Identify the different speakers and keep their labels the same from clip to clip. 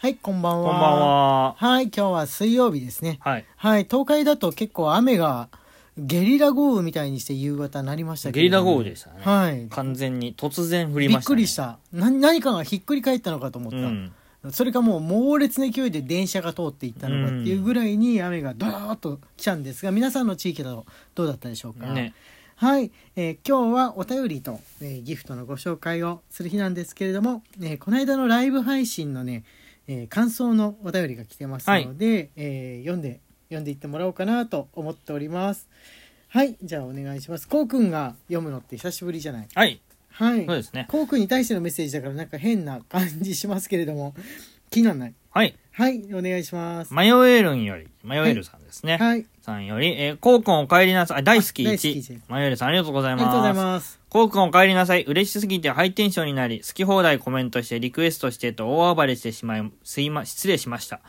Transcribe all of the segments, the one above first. Speaker 1: はい、こんばん
Speaker 2: こ
Speaker 1: は。
Speaker 2: んばんは。
Speaker 1: はい、今日は水曜日ですね。
Speaker 2: はい。
Speaker 1: はい、東海だと結構雨がゲリラ豪雨みたいにして夕方なりましたけど、
Speaker 2: ゲリラ豪雨でしたね。
Speaker 1: はい。
Speaker 2: 完全に突然降り
Speaker 1: び
Speaker 2: ま
Speaker 1: っ
Speaker 2: した、ね。
Speaker 1: くりした。な何かがひっくり返ったのかと思った。
Speaker 2: うん。
Speaker 1: それかもう猛烈な勢いで電車が通っていったのかっていうぐらいに雨がドーッと来たんですが、皆さんの地域だとどうだったでしょうか。
Speaker 2: ね。
Speaker 1: はい、えー今日はお便りと、えーギフトのご紹介をする日なんですけれども、えーこの間のライブ配信のね、えー感想のお便りが来てますので、えー読んで読んでいってもらおうかなと思っておりますはいじゃあお願いしますこうくんが読むのって久しぶりじゃない
Speaker 2: はい。
Speaker 1: はい
Speaker 2: そうですね。
Speaker 1: こうくんに対してのメッセージだからなんか変な感じしますけれども気にならない
Speaker 2: はい。
Speaker 1: はいお願いします
Speaker 2: 迷えるんより、迷えるさんですね。
Speaker 1: はい
Speaker 2: さんより、えー、コウ君お帰りなさい。あ大好き
Speaker 1: あ大好き一
Speaker 2: 1。迷えるさんありがとうござ
Speaker 1: あ
Speaker 2: い
Speaker 1: りがとうござい
Speaker 2: ます。
Speaker 1: ます
Speaker 2: コウ君お帰りなさい。嬉しすぎてハイテンションになり、好き放題コメントして、リクエストしてと大暴れしてしまい、すいま、失礼しました。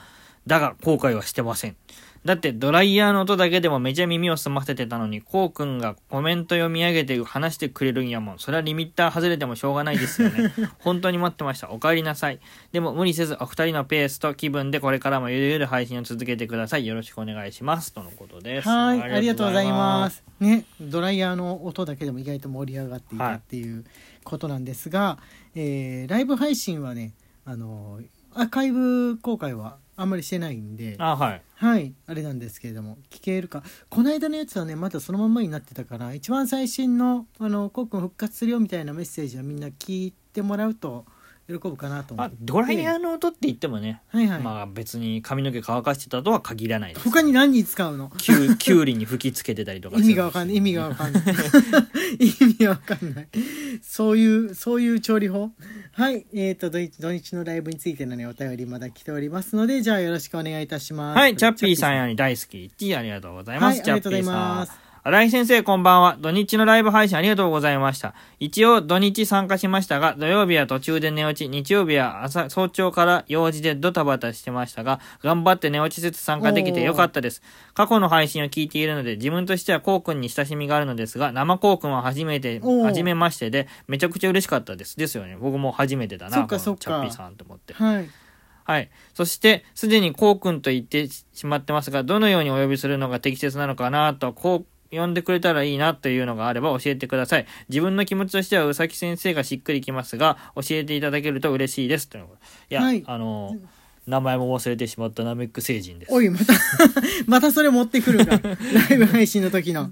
Speaker 2: だが、後悔はしてません。だって、ドライヤーの音だけでもめちゃ耳を澄ませてたのに、コウ君がコメント読み上げて話してくれるんやもん。それはリミッター外れてもしょうがないです よね。本当に待ってました。お帰りなさい。でも、無理せず、お二人のペースと気分でこれからもゆるゆる配信を続けてください。よろしくお願いします。とのことです。
Speaker 1: はい、ありがとうございます。。ね、ドライヤーの音だけでも意外と盛り上がっていた
Speaker 2: はい
Speaker 1: っていうことなんですが、えーライブ配信はね、あのアーカイブ公開はあんまりしてないんで、
Speaker 2: あ、はい。
Speaker 1: はい、あれなんですけれども、聞けるか、この間のやつはね、まだそのまんまになってたから、一番最新のあのコウ君復活するよみたいなメッセージはみんな聞いてもらうと喜ぶかなと思っ
Speaker 2: あ
Speaker 1: て。
Speaker 2: ドライヤーの音って言ってもね、
Speaker 1: はいはい。
Speaker 2: まあ別に髪の毛乾かしてたとは限らないです
Speaker 1: 他に何に使うの？
Speaker 2: きゅうき ゅうりに吹きつけてたりとか
Speaker 1: 意味がわかんない意味がわかんない 意味がわかんないそういうそういう調理法はいえー、と土日土日のライブについてのねお便りまだ来ておりますのでじゃあよろしくお願いいたします
Speaker 2: はいチャッピーさんより大好き1ありがとうございます、
Speaker 1: はい
Speaker 2: チャッピ
Speaker 1: ありがと
Speaker 2: ー
Speaker 1: うござい
Speaker 2: さ
Speaker 1: ま
Speaker 2: ん
Speaker 1: す
Speaker 2: 新井先生こんばんは土日のライブ配信ありがとうございました一応土日参加しましたが土曜日は途中で寝落ち日曜日は朝早朝から用事でドタバタしてましたが頑張って寝落ちせず参加できてよかったです過去の配信を聞いているので自分としてはこうくんに親しみがあるのですが生こうくんは初めて
Speaker 1: おー
Speaker 2: 初めましてでめちゃくちゃ嬉しかったですですよね僕も初めてだな
Speaker 1: そっか
Speaker 2: この
Speaker 1: そっか
Speaker 2: チャッピーさんと思って
Speaker 1: はい
Speaker 2: はい。そして、すでにこうくんと言ってしまってますが、どのようにお呼びするのが適切なのかなと、こう呼んでくれたらいいなというのがあれば教えてください。自分の気持ちとしては、うさき先生がしっくりきますが、教えていただけると嬉しいです。ということいや、
Speaker 1: はい
Speaker 2: あの、名前も忘れてしまったナメック星人です。
Speaker 1: おいまた またそれ持ってくるかライブ配信の時の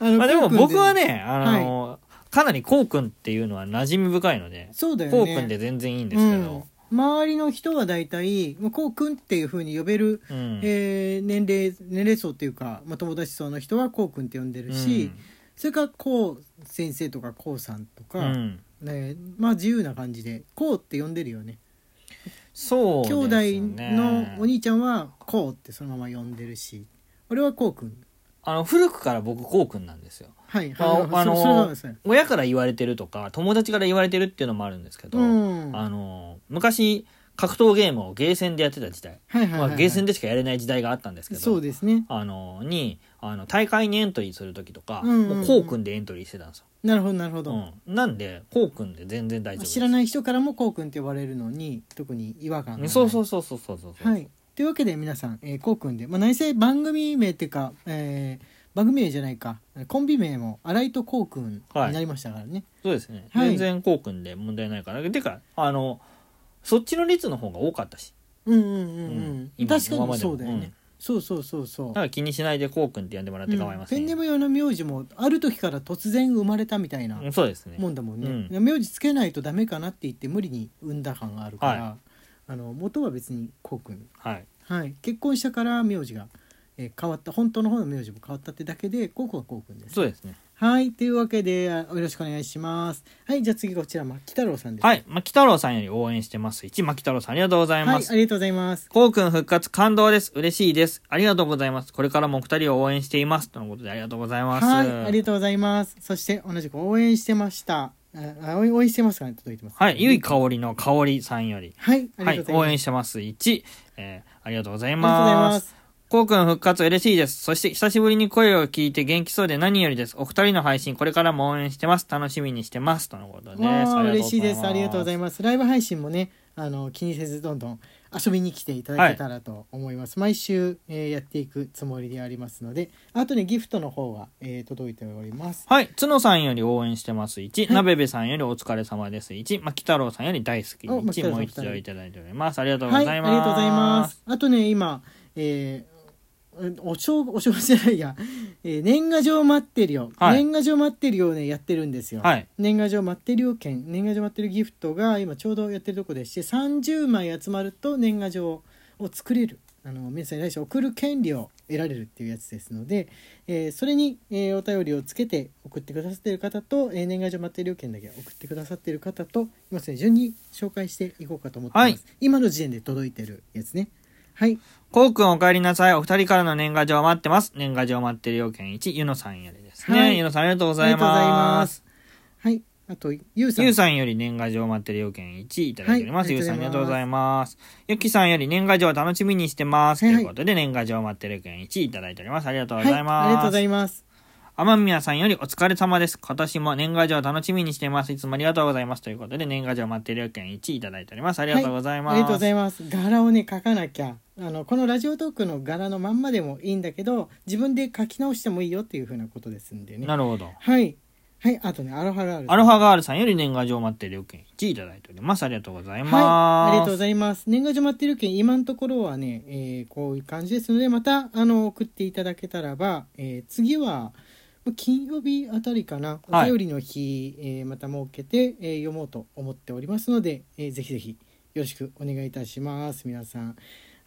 Speaker 1: あの
Speaker 2: まあでも
Speaker 1: こう
Speaker 2: 僕
Speaker 1: くん
Speaker 2: は
Speaker 1: で
Speaker 2: ね、あの、かなりこうくんっていうのは馴染み深いので、
Speaker 1: そうだよね
Speaker 2: こうくんで全然いいんですけど、
Speaker 1: うん、周りの人は大体まあこうくんっていうふうに呼べる
Speaker 2: うん。
Speaker 1: えー年齢年齢層っていうか、まあ、友達層の人はこうくんって呼んでるし、それからこう先生とかこうさんとか、
Speaker 2: うんうん
Speaker 1: ね、まあ自由な感じでこうって呼んでるよね
Speaker 2: そうですね。
Speaker 1: 兄弟のお兄ちゃんはこうってそのまま呼んでるし俺はこうくん
Speaker 2: あの古くから僕こうくんなんですよ
Speaker 1: はい
Speaker 2: あ
Speaker 1: はい
Speaker 2: あのー
Speaker 1: そそれはですね
Speaker 2: 親から言われてるとか友達から言われてるっていうのもあるんですけど、
Speaker 1: うん
Speaker 2: あの昔格闘ゲームをゲーセンでやってた時代、
Speaker 1: はいはいはい、
Speaker 2: まあ、ゲーセンでしかやれない時代があったんですけど
Speaker 1: そうですね
Speaker 2: あのにあの大会にエントリーする時とか、
Speaker 1: うんうんうん
Speaker 2: もうこうくんでエントリーしてたんですよ、
Speaker 1: なるほどなるほど、
Speaker 2: うん、なんでこうくんで全然大
Speaker 1: ま
Speaker 2: 丈夫
Speaker 1: あ
Speaker 2: です
Speaker 1: 知らない人からもこうくんって呼ばれるのに特に違和感がない
Speaker 2: そうそうそうそうそうそうそう
Speaker 1: はい。というわけで皆さん、えー、こうくんで、まあ、内政番組名っていうか、えー番組名じゃないか、コンビ名も新井とこうくんになりましたからね。
Speaker 2: そうですね、
Speaker 1: はい
Speaker 2: 全然こうくんで問題ないからてかあのそっちの率の方が多かったし
Speaker 1: うんうんうんうん。
Speaker 2: うん
Speaker 1: 確か
Speaker 2: 今ま
Speaker 1: に
Speaker 2: でも
Speaker 1: そうだよね。
Speaker 2: うん
Speaker 1: そうそうそうそう
Speaker 2: だか。ら気にしないでこうくんって呼んでもらって構いませ
Speaker 1: ペ
Speaker 2: ん
Speaker 1: ンネ
Speaker 2: よ、
Speaker 1: ーム用の名字もある時から突然生まれたみたいな
Speaker 2: うんそうですね
Speaker 1: もんだもんね、
Speaker 2: う
Speaker 1: 名字つけないとダメかなって言って無理に産んだ感があるから、
Speaker 2: は
Speaker 1: あの元は別にこうくん
Speaker 2: はい
Speaker 1: はい、結婚したから名字が、えー変わった本当の方の名字も変わったってだけでこうくんはこうくんです
Speaker 2: そうですね
Speaker 1: はい、というわけで、あよろしくお願いします。はい、じゃあ次こちら、牧太郎さんです。
Speaker 2: はい牧太郎さんより応援してます1牧太郎さんありがとうござい
Speaker 1: は
Speaker 2: ま
Speaker 1: い、
Speaker 2: す、
Speaker 1: ありがとうございます。
Speaker 2: こうくん復活感動です嬉しいですありがとうございますこれからもお二人を応援していますとのことでありがとうございます
Speaker 1: はい、ありがとうございます。そして、同じく応援してました。あ、あ応援応援してますかね、届いてます。
Speaker 2: はいゆいかおりのかおりさんより
Speaker 1: はい、ありが
Speaker 2: は
Speaker 1: と
Speaker 2: いう
Speaker 1: ご
Speaker 2: 応
Speaker 1: ざいま
Speaker 2: 援
Speaker 1: す。
Speaker 2: してます1、えーありがとうござい
Speaker 1: ありがとうござい
Speaker 2: ま
Speaker 1: ますす。
Speaker 2: こうくん復活嬉しいです。そして久しぶりに声を聞いて元気そうで何よりです。お二人の配信これからも応援してます。楽しみにしてます。とのことです。
Speaker 1: わあ嬉しいです。ありがとうござ
Speaker 2: い
Speaker 1: います。ライブ配信もね、あの気にせずどんどん遊びに来ていただけたらと思います、毎週、えーやっていくつもりでありますのであとねギフトの方は、えー届いております
Speaker 2: はい。角さんより応援してます1、なべべさんよりお疲れ様です1、牧太郎さんより大好き
Speaker 1: お牧太郎
Speaker 2: 1、も
Speaker 1: さん
Speaker 2: う一度いただいております。ありがとうご
Speaker 1: は
Speaker 2: ざ
Speaker 1: い
Speaker 2: います。
Speaker 1: ありがとうございますあとね今、えーお正お正月じゃないや、えー年賀状待ってるよ、
Speaker 2: はい
Speaker 1: 年賀状待ってるよをねやってるんですよ、
Speaker 2: はい。
Speaker 1: 年賀状待ってるよ券年賀状待ってるギフトが今ちょうどやってるとこでして30枚集まると年賀状を作れるあの皆さんに対して送る権利を得られるっていうやつですので、えーそれに、えーお便りをつけて送ってくださっている方と、えー年賀状待ってるよ券だけ送ってくださっている方と今すね順に紹介していこうかと思ってます、
Speaker 2: はい
Speaker 1: 今の時点で届いてるやつねはい
Speaker 2: こうくんお帰りなさい。お二人からの年賀状待ってます。年賀状待ってる要件1、ゆのさんよりですね。
Speaker 1: はい
Speaker 2: ゆのさんありがとうご
Speaker 1: あ
Speaker 2: ざ
Speaker 1: り
Speaker 2: い
Speaker 1: がとうござい
Speaker 2: ま
Speaker 1: ますす。はいあとゆうさん
Speaker 2: ゆうさんより年賀状待ってる要件1いただいております。
Speaker 1: はい
Speaker 2: ゆうさんありがとうございます。ゆきさんより年賀状楽しみにしてます。
Speaker 1: はいはい
Speaker 2: ということで、年賀状待ってる要件1いただいております。ありがとう
Speaker 1: は
Speaker 2: ご
Speaker 1: い、あり
Speaker 2: ざいます。
Speaker 1: がとうございます
Speaker 2: 天宮さんよりお疲れ様です。今年も年賀状楽しみにしています。いつもありがとうございます。ということで、年賀状待ってる要件1いただいております。ありがとうございます。
Speaker 1: ありがとうございます。柄をね書かなきゃあのこのラジオトークの柄のまんまでもいいんだけど自分で書き直してもいいよっていうふうなことですんでね。
Speaker 2: なるほど。
Speaker 1: はいはいあとねアロハガールさん
Speaker 2: アロハガールさんより年賀状待ってる要件1いただいております。ありがとうございます。
Speaker 1: はい、ありがとうご
Speaker 2: ざ
Speaker 1: ざ
Speaker 2: い
Speaker 1: います。年賀状待ってる件、今のところはね、えーこういう感じですので、また、あの、送っていただけたらば、えー次は、ま金曜日あたりかな、お
Speaker 2: はい
Speaker 1: 便りの日、えーまた設けて、えー読もうと思っておりますので、えーぜひぜひ、よろしくお願いいたします、皆さん。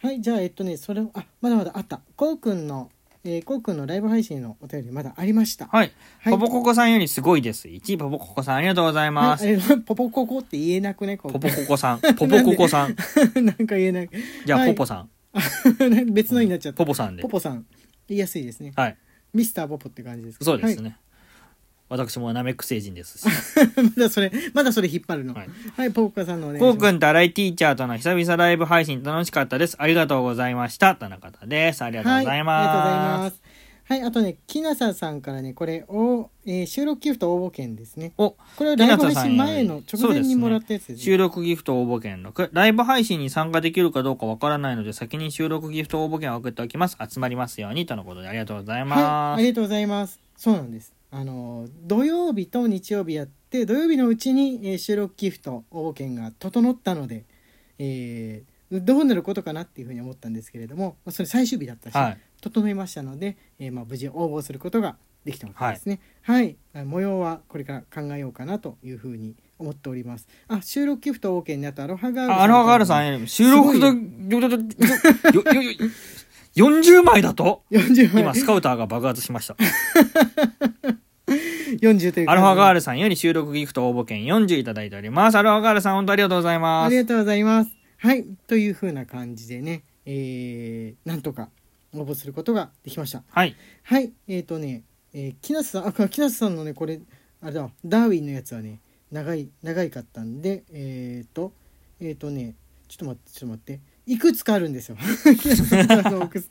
Speaker 1: はい、じゃあ、えっとね、それを、あ、まだまだあった。こうくんの、えー、こうくんのライブ配信のお便り、まだありました。
Speaker 2: はい。
Speaker 1: はい
Speaker 2: ポポココさんよりすごいです。1、ポポココさんありがとうござい
Speaker 1: は
Speaker 2: ま
Speaker 1: い
Speaker 2: す。
Speaker 1: あれポポココって言えなくね、こう
Speaker 2: ポポココさん。ポポココさん。
Speaker 1: なんか言えない。
Speaker 2: じゃあ、
Speaker 1: はい
Speaker 2: ポポさん。
Speaker 1: 別のになっちゃった
Speaker 2: ポ。ポさんで
Speaker 1: ポ。ポさん言いやすいですね
Speaker 2: はい。
Speaker 1: ミスターポポって感じですか
Speaker 2: そうです
Speaker 1: はい
Speaker 2: ね。私もナメック星人ですし。
Speaker 1: まだそれまだそれ引っ張るのは
Speaker 2: はいい、
Speaker 1: ポポカさんのお願いし
Speaker 2: こ
Speaker 1: ま
Speaker 2: う
Speaker 1: す
Speaker 2: くんと荒井ティーチャーとの久々ライブ配信楽しかったです。ありがとうございました。田中田です。ありがとうござい
Speaker 1: はいありがとうござい
Speaker 2: ま。
Speaker 1: ますすはいあとねきなささんからねこれを、えー収録ギフト応募券ですね
Speaker 2: お、
Speaker 1: これはライブ
Speaker 2: きな
Speaker 1: 配
Speaker 2: ささん
Speaker 1: 信前の直前にもらったやつですね
Speaker 2: 収録ギフト応募券6。ライブ配信に参加できるかどうかわからないので、先に収録ギフト応募券を送っておきます。集まりますように。とのことでありがとうございま
Speaker 1: はい、あ
Speaker 2: す。
Speaker 1: りがとうございますそうなんですあの土曜日と日曜日やって土曜日のうちに、えー収録ギフト応募券が整ったので、えーどうなることかなっていうふうに思ったんですけれどもまあそれ最終日だったし、
Speaker 2: はい
Speaker 1: 整いましたので、えーまあ、無事応募することができたわけですねはい、あ模様はこれから考えようかなというふうに思っておりますあ収録ギフト応募券にあとアロハガール
Speaker 2: あアルファガールさんより、収録と、
Speaker 1: す
Speaker 2: よよよよよよ40枚だと
Speaker 1: 40
Speaker 2: 今、
Speaker 1: 枚
Speaker 2: スカウターが爆発しました。
Speaker 1: 40という
Speaker 2: アルファガー
Speaker 1: ル
Speaker 2: ルさんより収録ギフト応募券40いただいております。アルファガールさん、本当ありがとうございま
Speaker 1: あ
Speaker 2: す
Speaker 1: り。がとうございます。はい。というふうな感じでね、えー、なんとか応募することができました。
Speaker 2: はい。
Speaker 1: はい。えっ、ー、とね、えー、木梨さん、あ、木梨さんのね、これ、あれだわ、ダーウィンのやつはね、長い、長いかったんで、えっ、ー、と、えっ、ー、とね、ちょっと待って、ちょっと待って。いくつかあるんですよ。木梨さんのおくす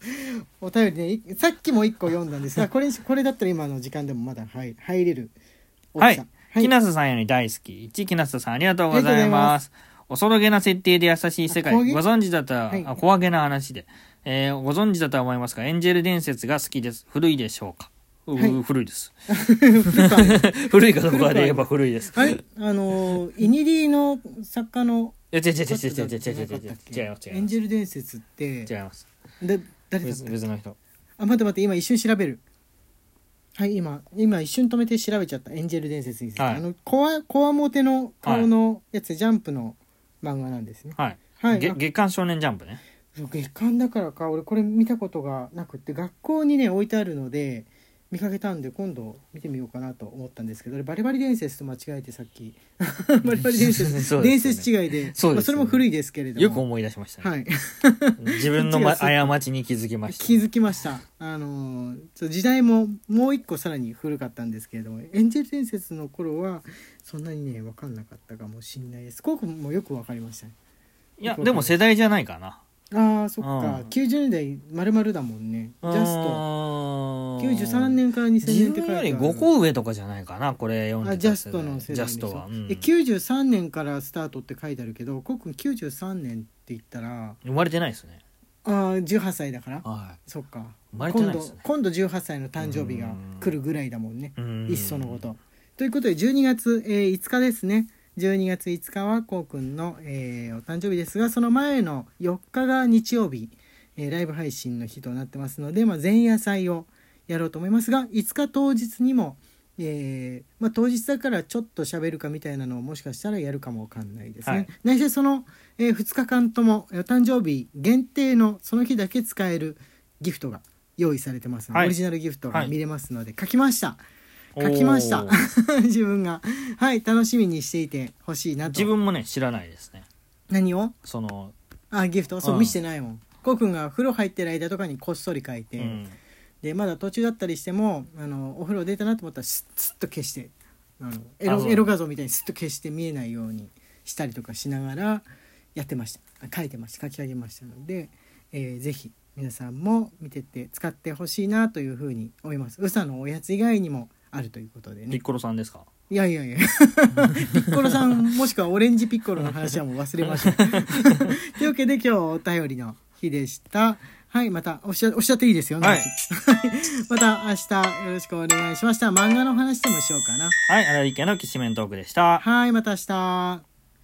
Speaker 1: お便りねい、さっきも1個読んだんですが、これ、これだったら今の時間でもまだ入入れる
Speaker 2: は
Speaker 1: 大き
Speaker 2: い
Speaker 1: さ。。
Speaker 2: きなすさんより大好き。1、きなすさんありがとうござ
Speaker 1: ありがと
Speaker 2: いう
Speaker 1: ござい
Speaker 2: ま。
Speaker 1: ます
Speaker 2: 恐ろげな設定で優しい世界。
Speaker 1: あ
Speaker 2: ご
Speaker 1: 怖げ
Speaker 2: 存知だったら、
Speaker 1: はい
Speaker 2: あ怖げな話で、えーご存知だとは思いますが、エンジェル伝説が好きです。古いでしょうかうー
Speaker 1: はい
Speaker 2: 古いです。
Speaker 1: 古川
Speaker 2: 古いかどうかで言えば古いです。
Speaker 1: あれあのーイニリーの作家の
Speaker 2: いや、違う違う違う違う違う違う違う違う違う違います。
Speaker 1: エンジェル伝説って
Speaker 2: 違います。
Speaker 1: だ誰だっ
Speaker 2: 別
Speaker 1: た
Speaker 2: 別の人。
Speaker 1: あ待って待って今一瞬調べるはい今今一瞬止めて調べちゃったエンジェル伝説について、
Speaker 2: はい
Speaker 1: あのコアコアモテの顔のやつ、ジャンプの漫画なんですね
Speaker 2: はい。
Speaker 1: はい
Speaker 2: げ
Speaker 1: あ
Speaker 2: 月刊少年ジャンプね。
Speaker 1: そう月刊だからか俺これ見たことがなくって学校にね置いてあるので見かけたんで今度見てみようかなと思ったんですけど俺バリバリ伝説と間違えてさっ きバリバリ伝説、
Speaker 2: そうで
Speaker 1: 伝
Speaker 2: すよね
Speaker 1: 説違いで
Speaker 2: そうですよね
Speaker 1: まあそれも古いですけれども
Speaker 2: よく思い出しましたね。
Speaker 1: はい、
Speaker 2: 自分 の、ま、過ちに気づきました。
Speaker 1: 気づきましたあのーちょっと時代ももう一個さらに古かったんですけれどもエンジェル伝説の頃はそんなにね分かんなかったかもしれないですコウ君もよく分かりましたね
Speaker 2: いや、でも世代じゃないかな。
Speaker 1: あーそっか、
Speaker 2: うん
Speaker 1: 90年代まるまるだもんねジャスト
Speaker 2: うーん
Speaker 1: 93年から2000年って書
Speaker 2: 自
Speaker 1: いて
Speaker 2: 分よ
Speaker 1: あ
Speaker 2: り
Speaker 1: る
Speaker 2: 5個上とかじゃないかなこれ読んで
Speaker 1: あ
Speaker 2: た
Speaker 1: ジャストの世代でしょ
Speaker 2: ジャストは、うん
Speaker 1: え93年からスタートって書いてあるけどコウ君93年って言ったら
Speaker 2: 生まれてないですね
Speaker 1: あー18歳だから
Speaker 2: は
Speaker 1: そっか
Speaker 2: 生まれて
Speaker 1: 今
Speaker 2: ないで
Speaker 1: 度
Speaker 2: すね
Speaker 1: 今度18歳の誕生日が来るぐらいだもんねい
Speaker 2: い
Speaker 1: っそのこと。ということで12月、えー5日ですね12月5日はこうくんの、えーお誕生日ですがその前の4日が日曜日、えーライブ配信の日となってますので、まあ、前夜祭をやろうと思いますが5日当日にも、えーまあ、当日だからちょっと喋るかみたいなのをもしかしたらやるかもわかんないですね。
Speaker 2: はい
Speaker 1: 内緒その、え2日間ともえーお誕生日限定のその日だけ使えるギフトが用意されてますので、
Speaker 2: はい
Speaker 1: オリジナルギフトが
Speaker 2: はい
Speaker 1: 見れますので、書きました。書きました
Speaker 2: おー
Speaker 1: 自分がはい楽しみにしていてほしいなと
Speaker 2: 自分もね知らないですね
Speaker 1: 何を
Speaker 2: その、
Speaker 1: あギフトそう、
Speaker 2: うん
Speaker 1: 見してないもんこうくんが風呂入ってる間とかにこっそり書いて、
Speaker 2: うん
Speaker 1: でまだ途中だったりしてもあのお風呂出たなと思ったらスッスッと消してあのエ
Speaker 2: あそ
Speaker 1: ロ
Speaker 2: う
Speaker 1: エロ画像みたいにスッと消して見えないようにしたりとかしながらやってましたあ書いてました書き上げましたので、えーぜひ皆さんも見てって使ってほしいなというふうに思いますうさのおやつ以外にもあるということでね
Speaker 2: ピッコロさんですか
Speaker 1: いやいやいやピッコロさんもしくはオレンジピッコロの話はもう忘れましたというわけで今日お便りの日でしたはいまたおっしゃおっしゃっていいですよね、
Speaker 2: はい
Speaker 1: また明日よろしくお願いしました漫画の話でもしようかな
Speaker 2: はい荒井家のきしめんトークでした
Speaker 1: はいまた明日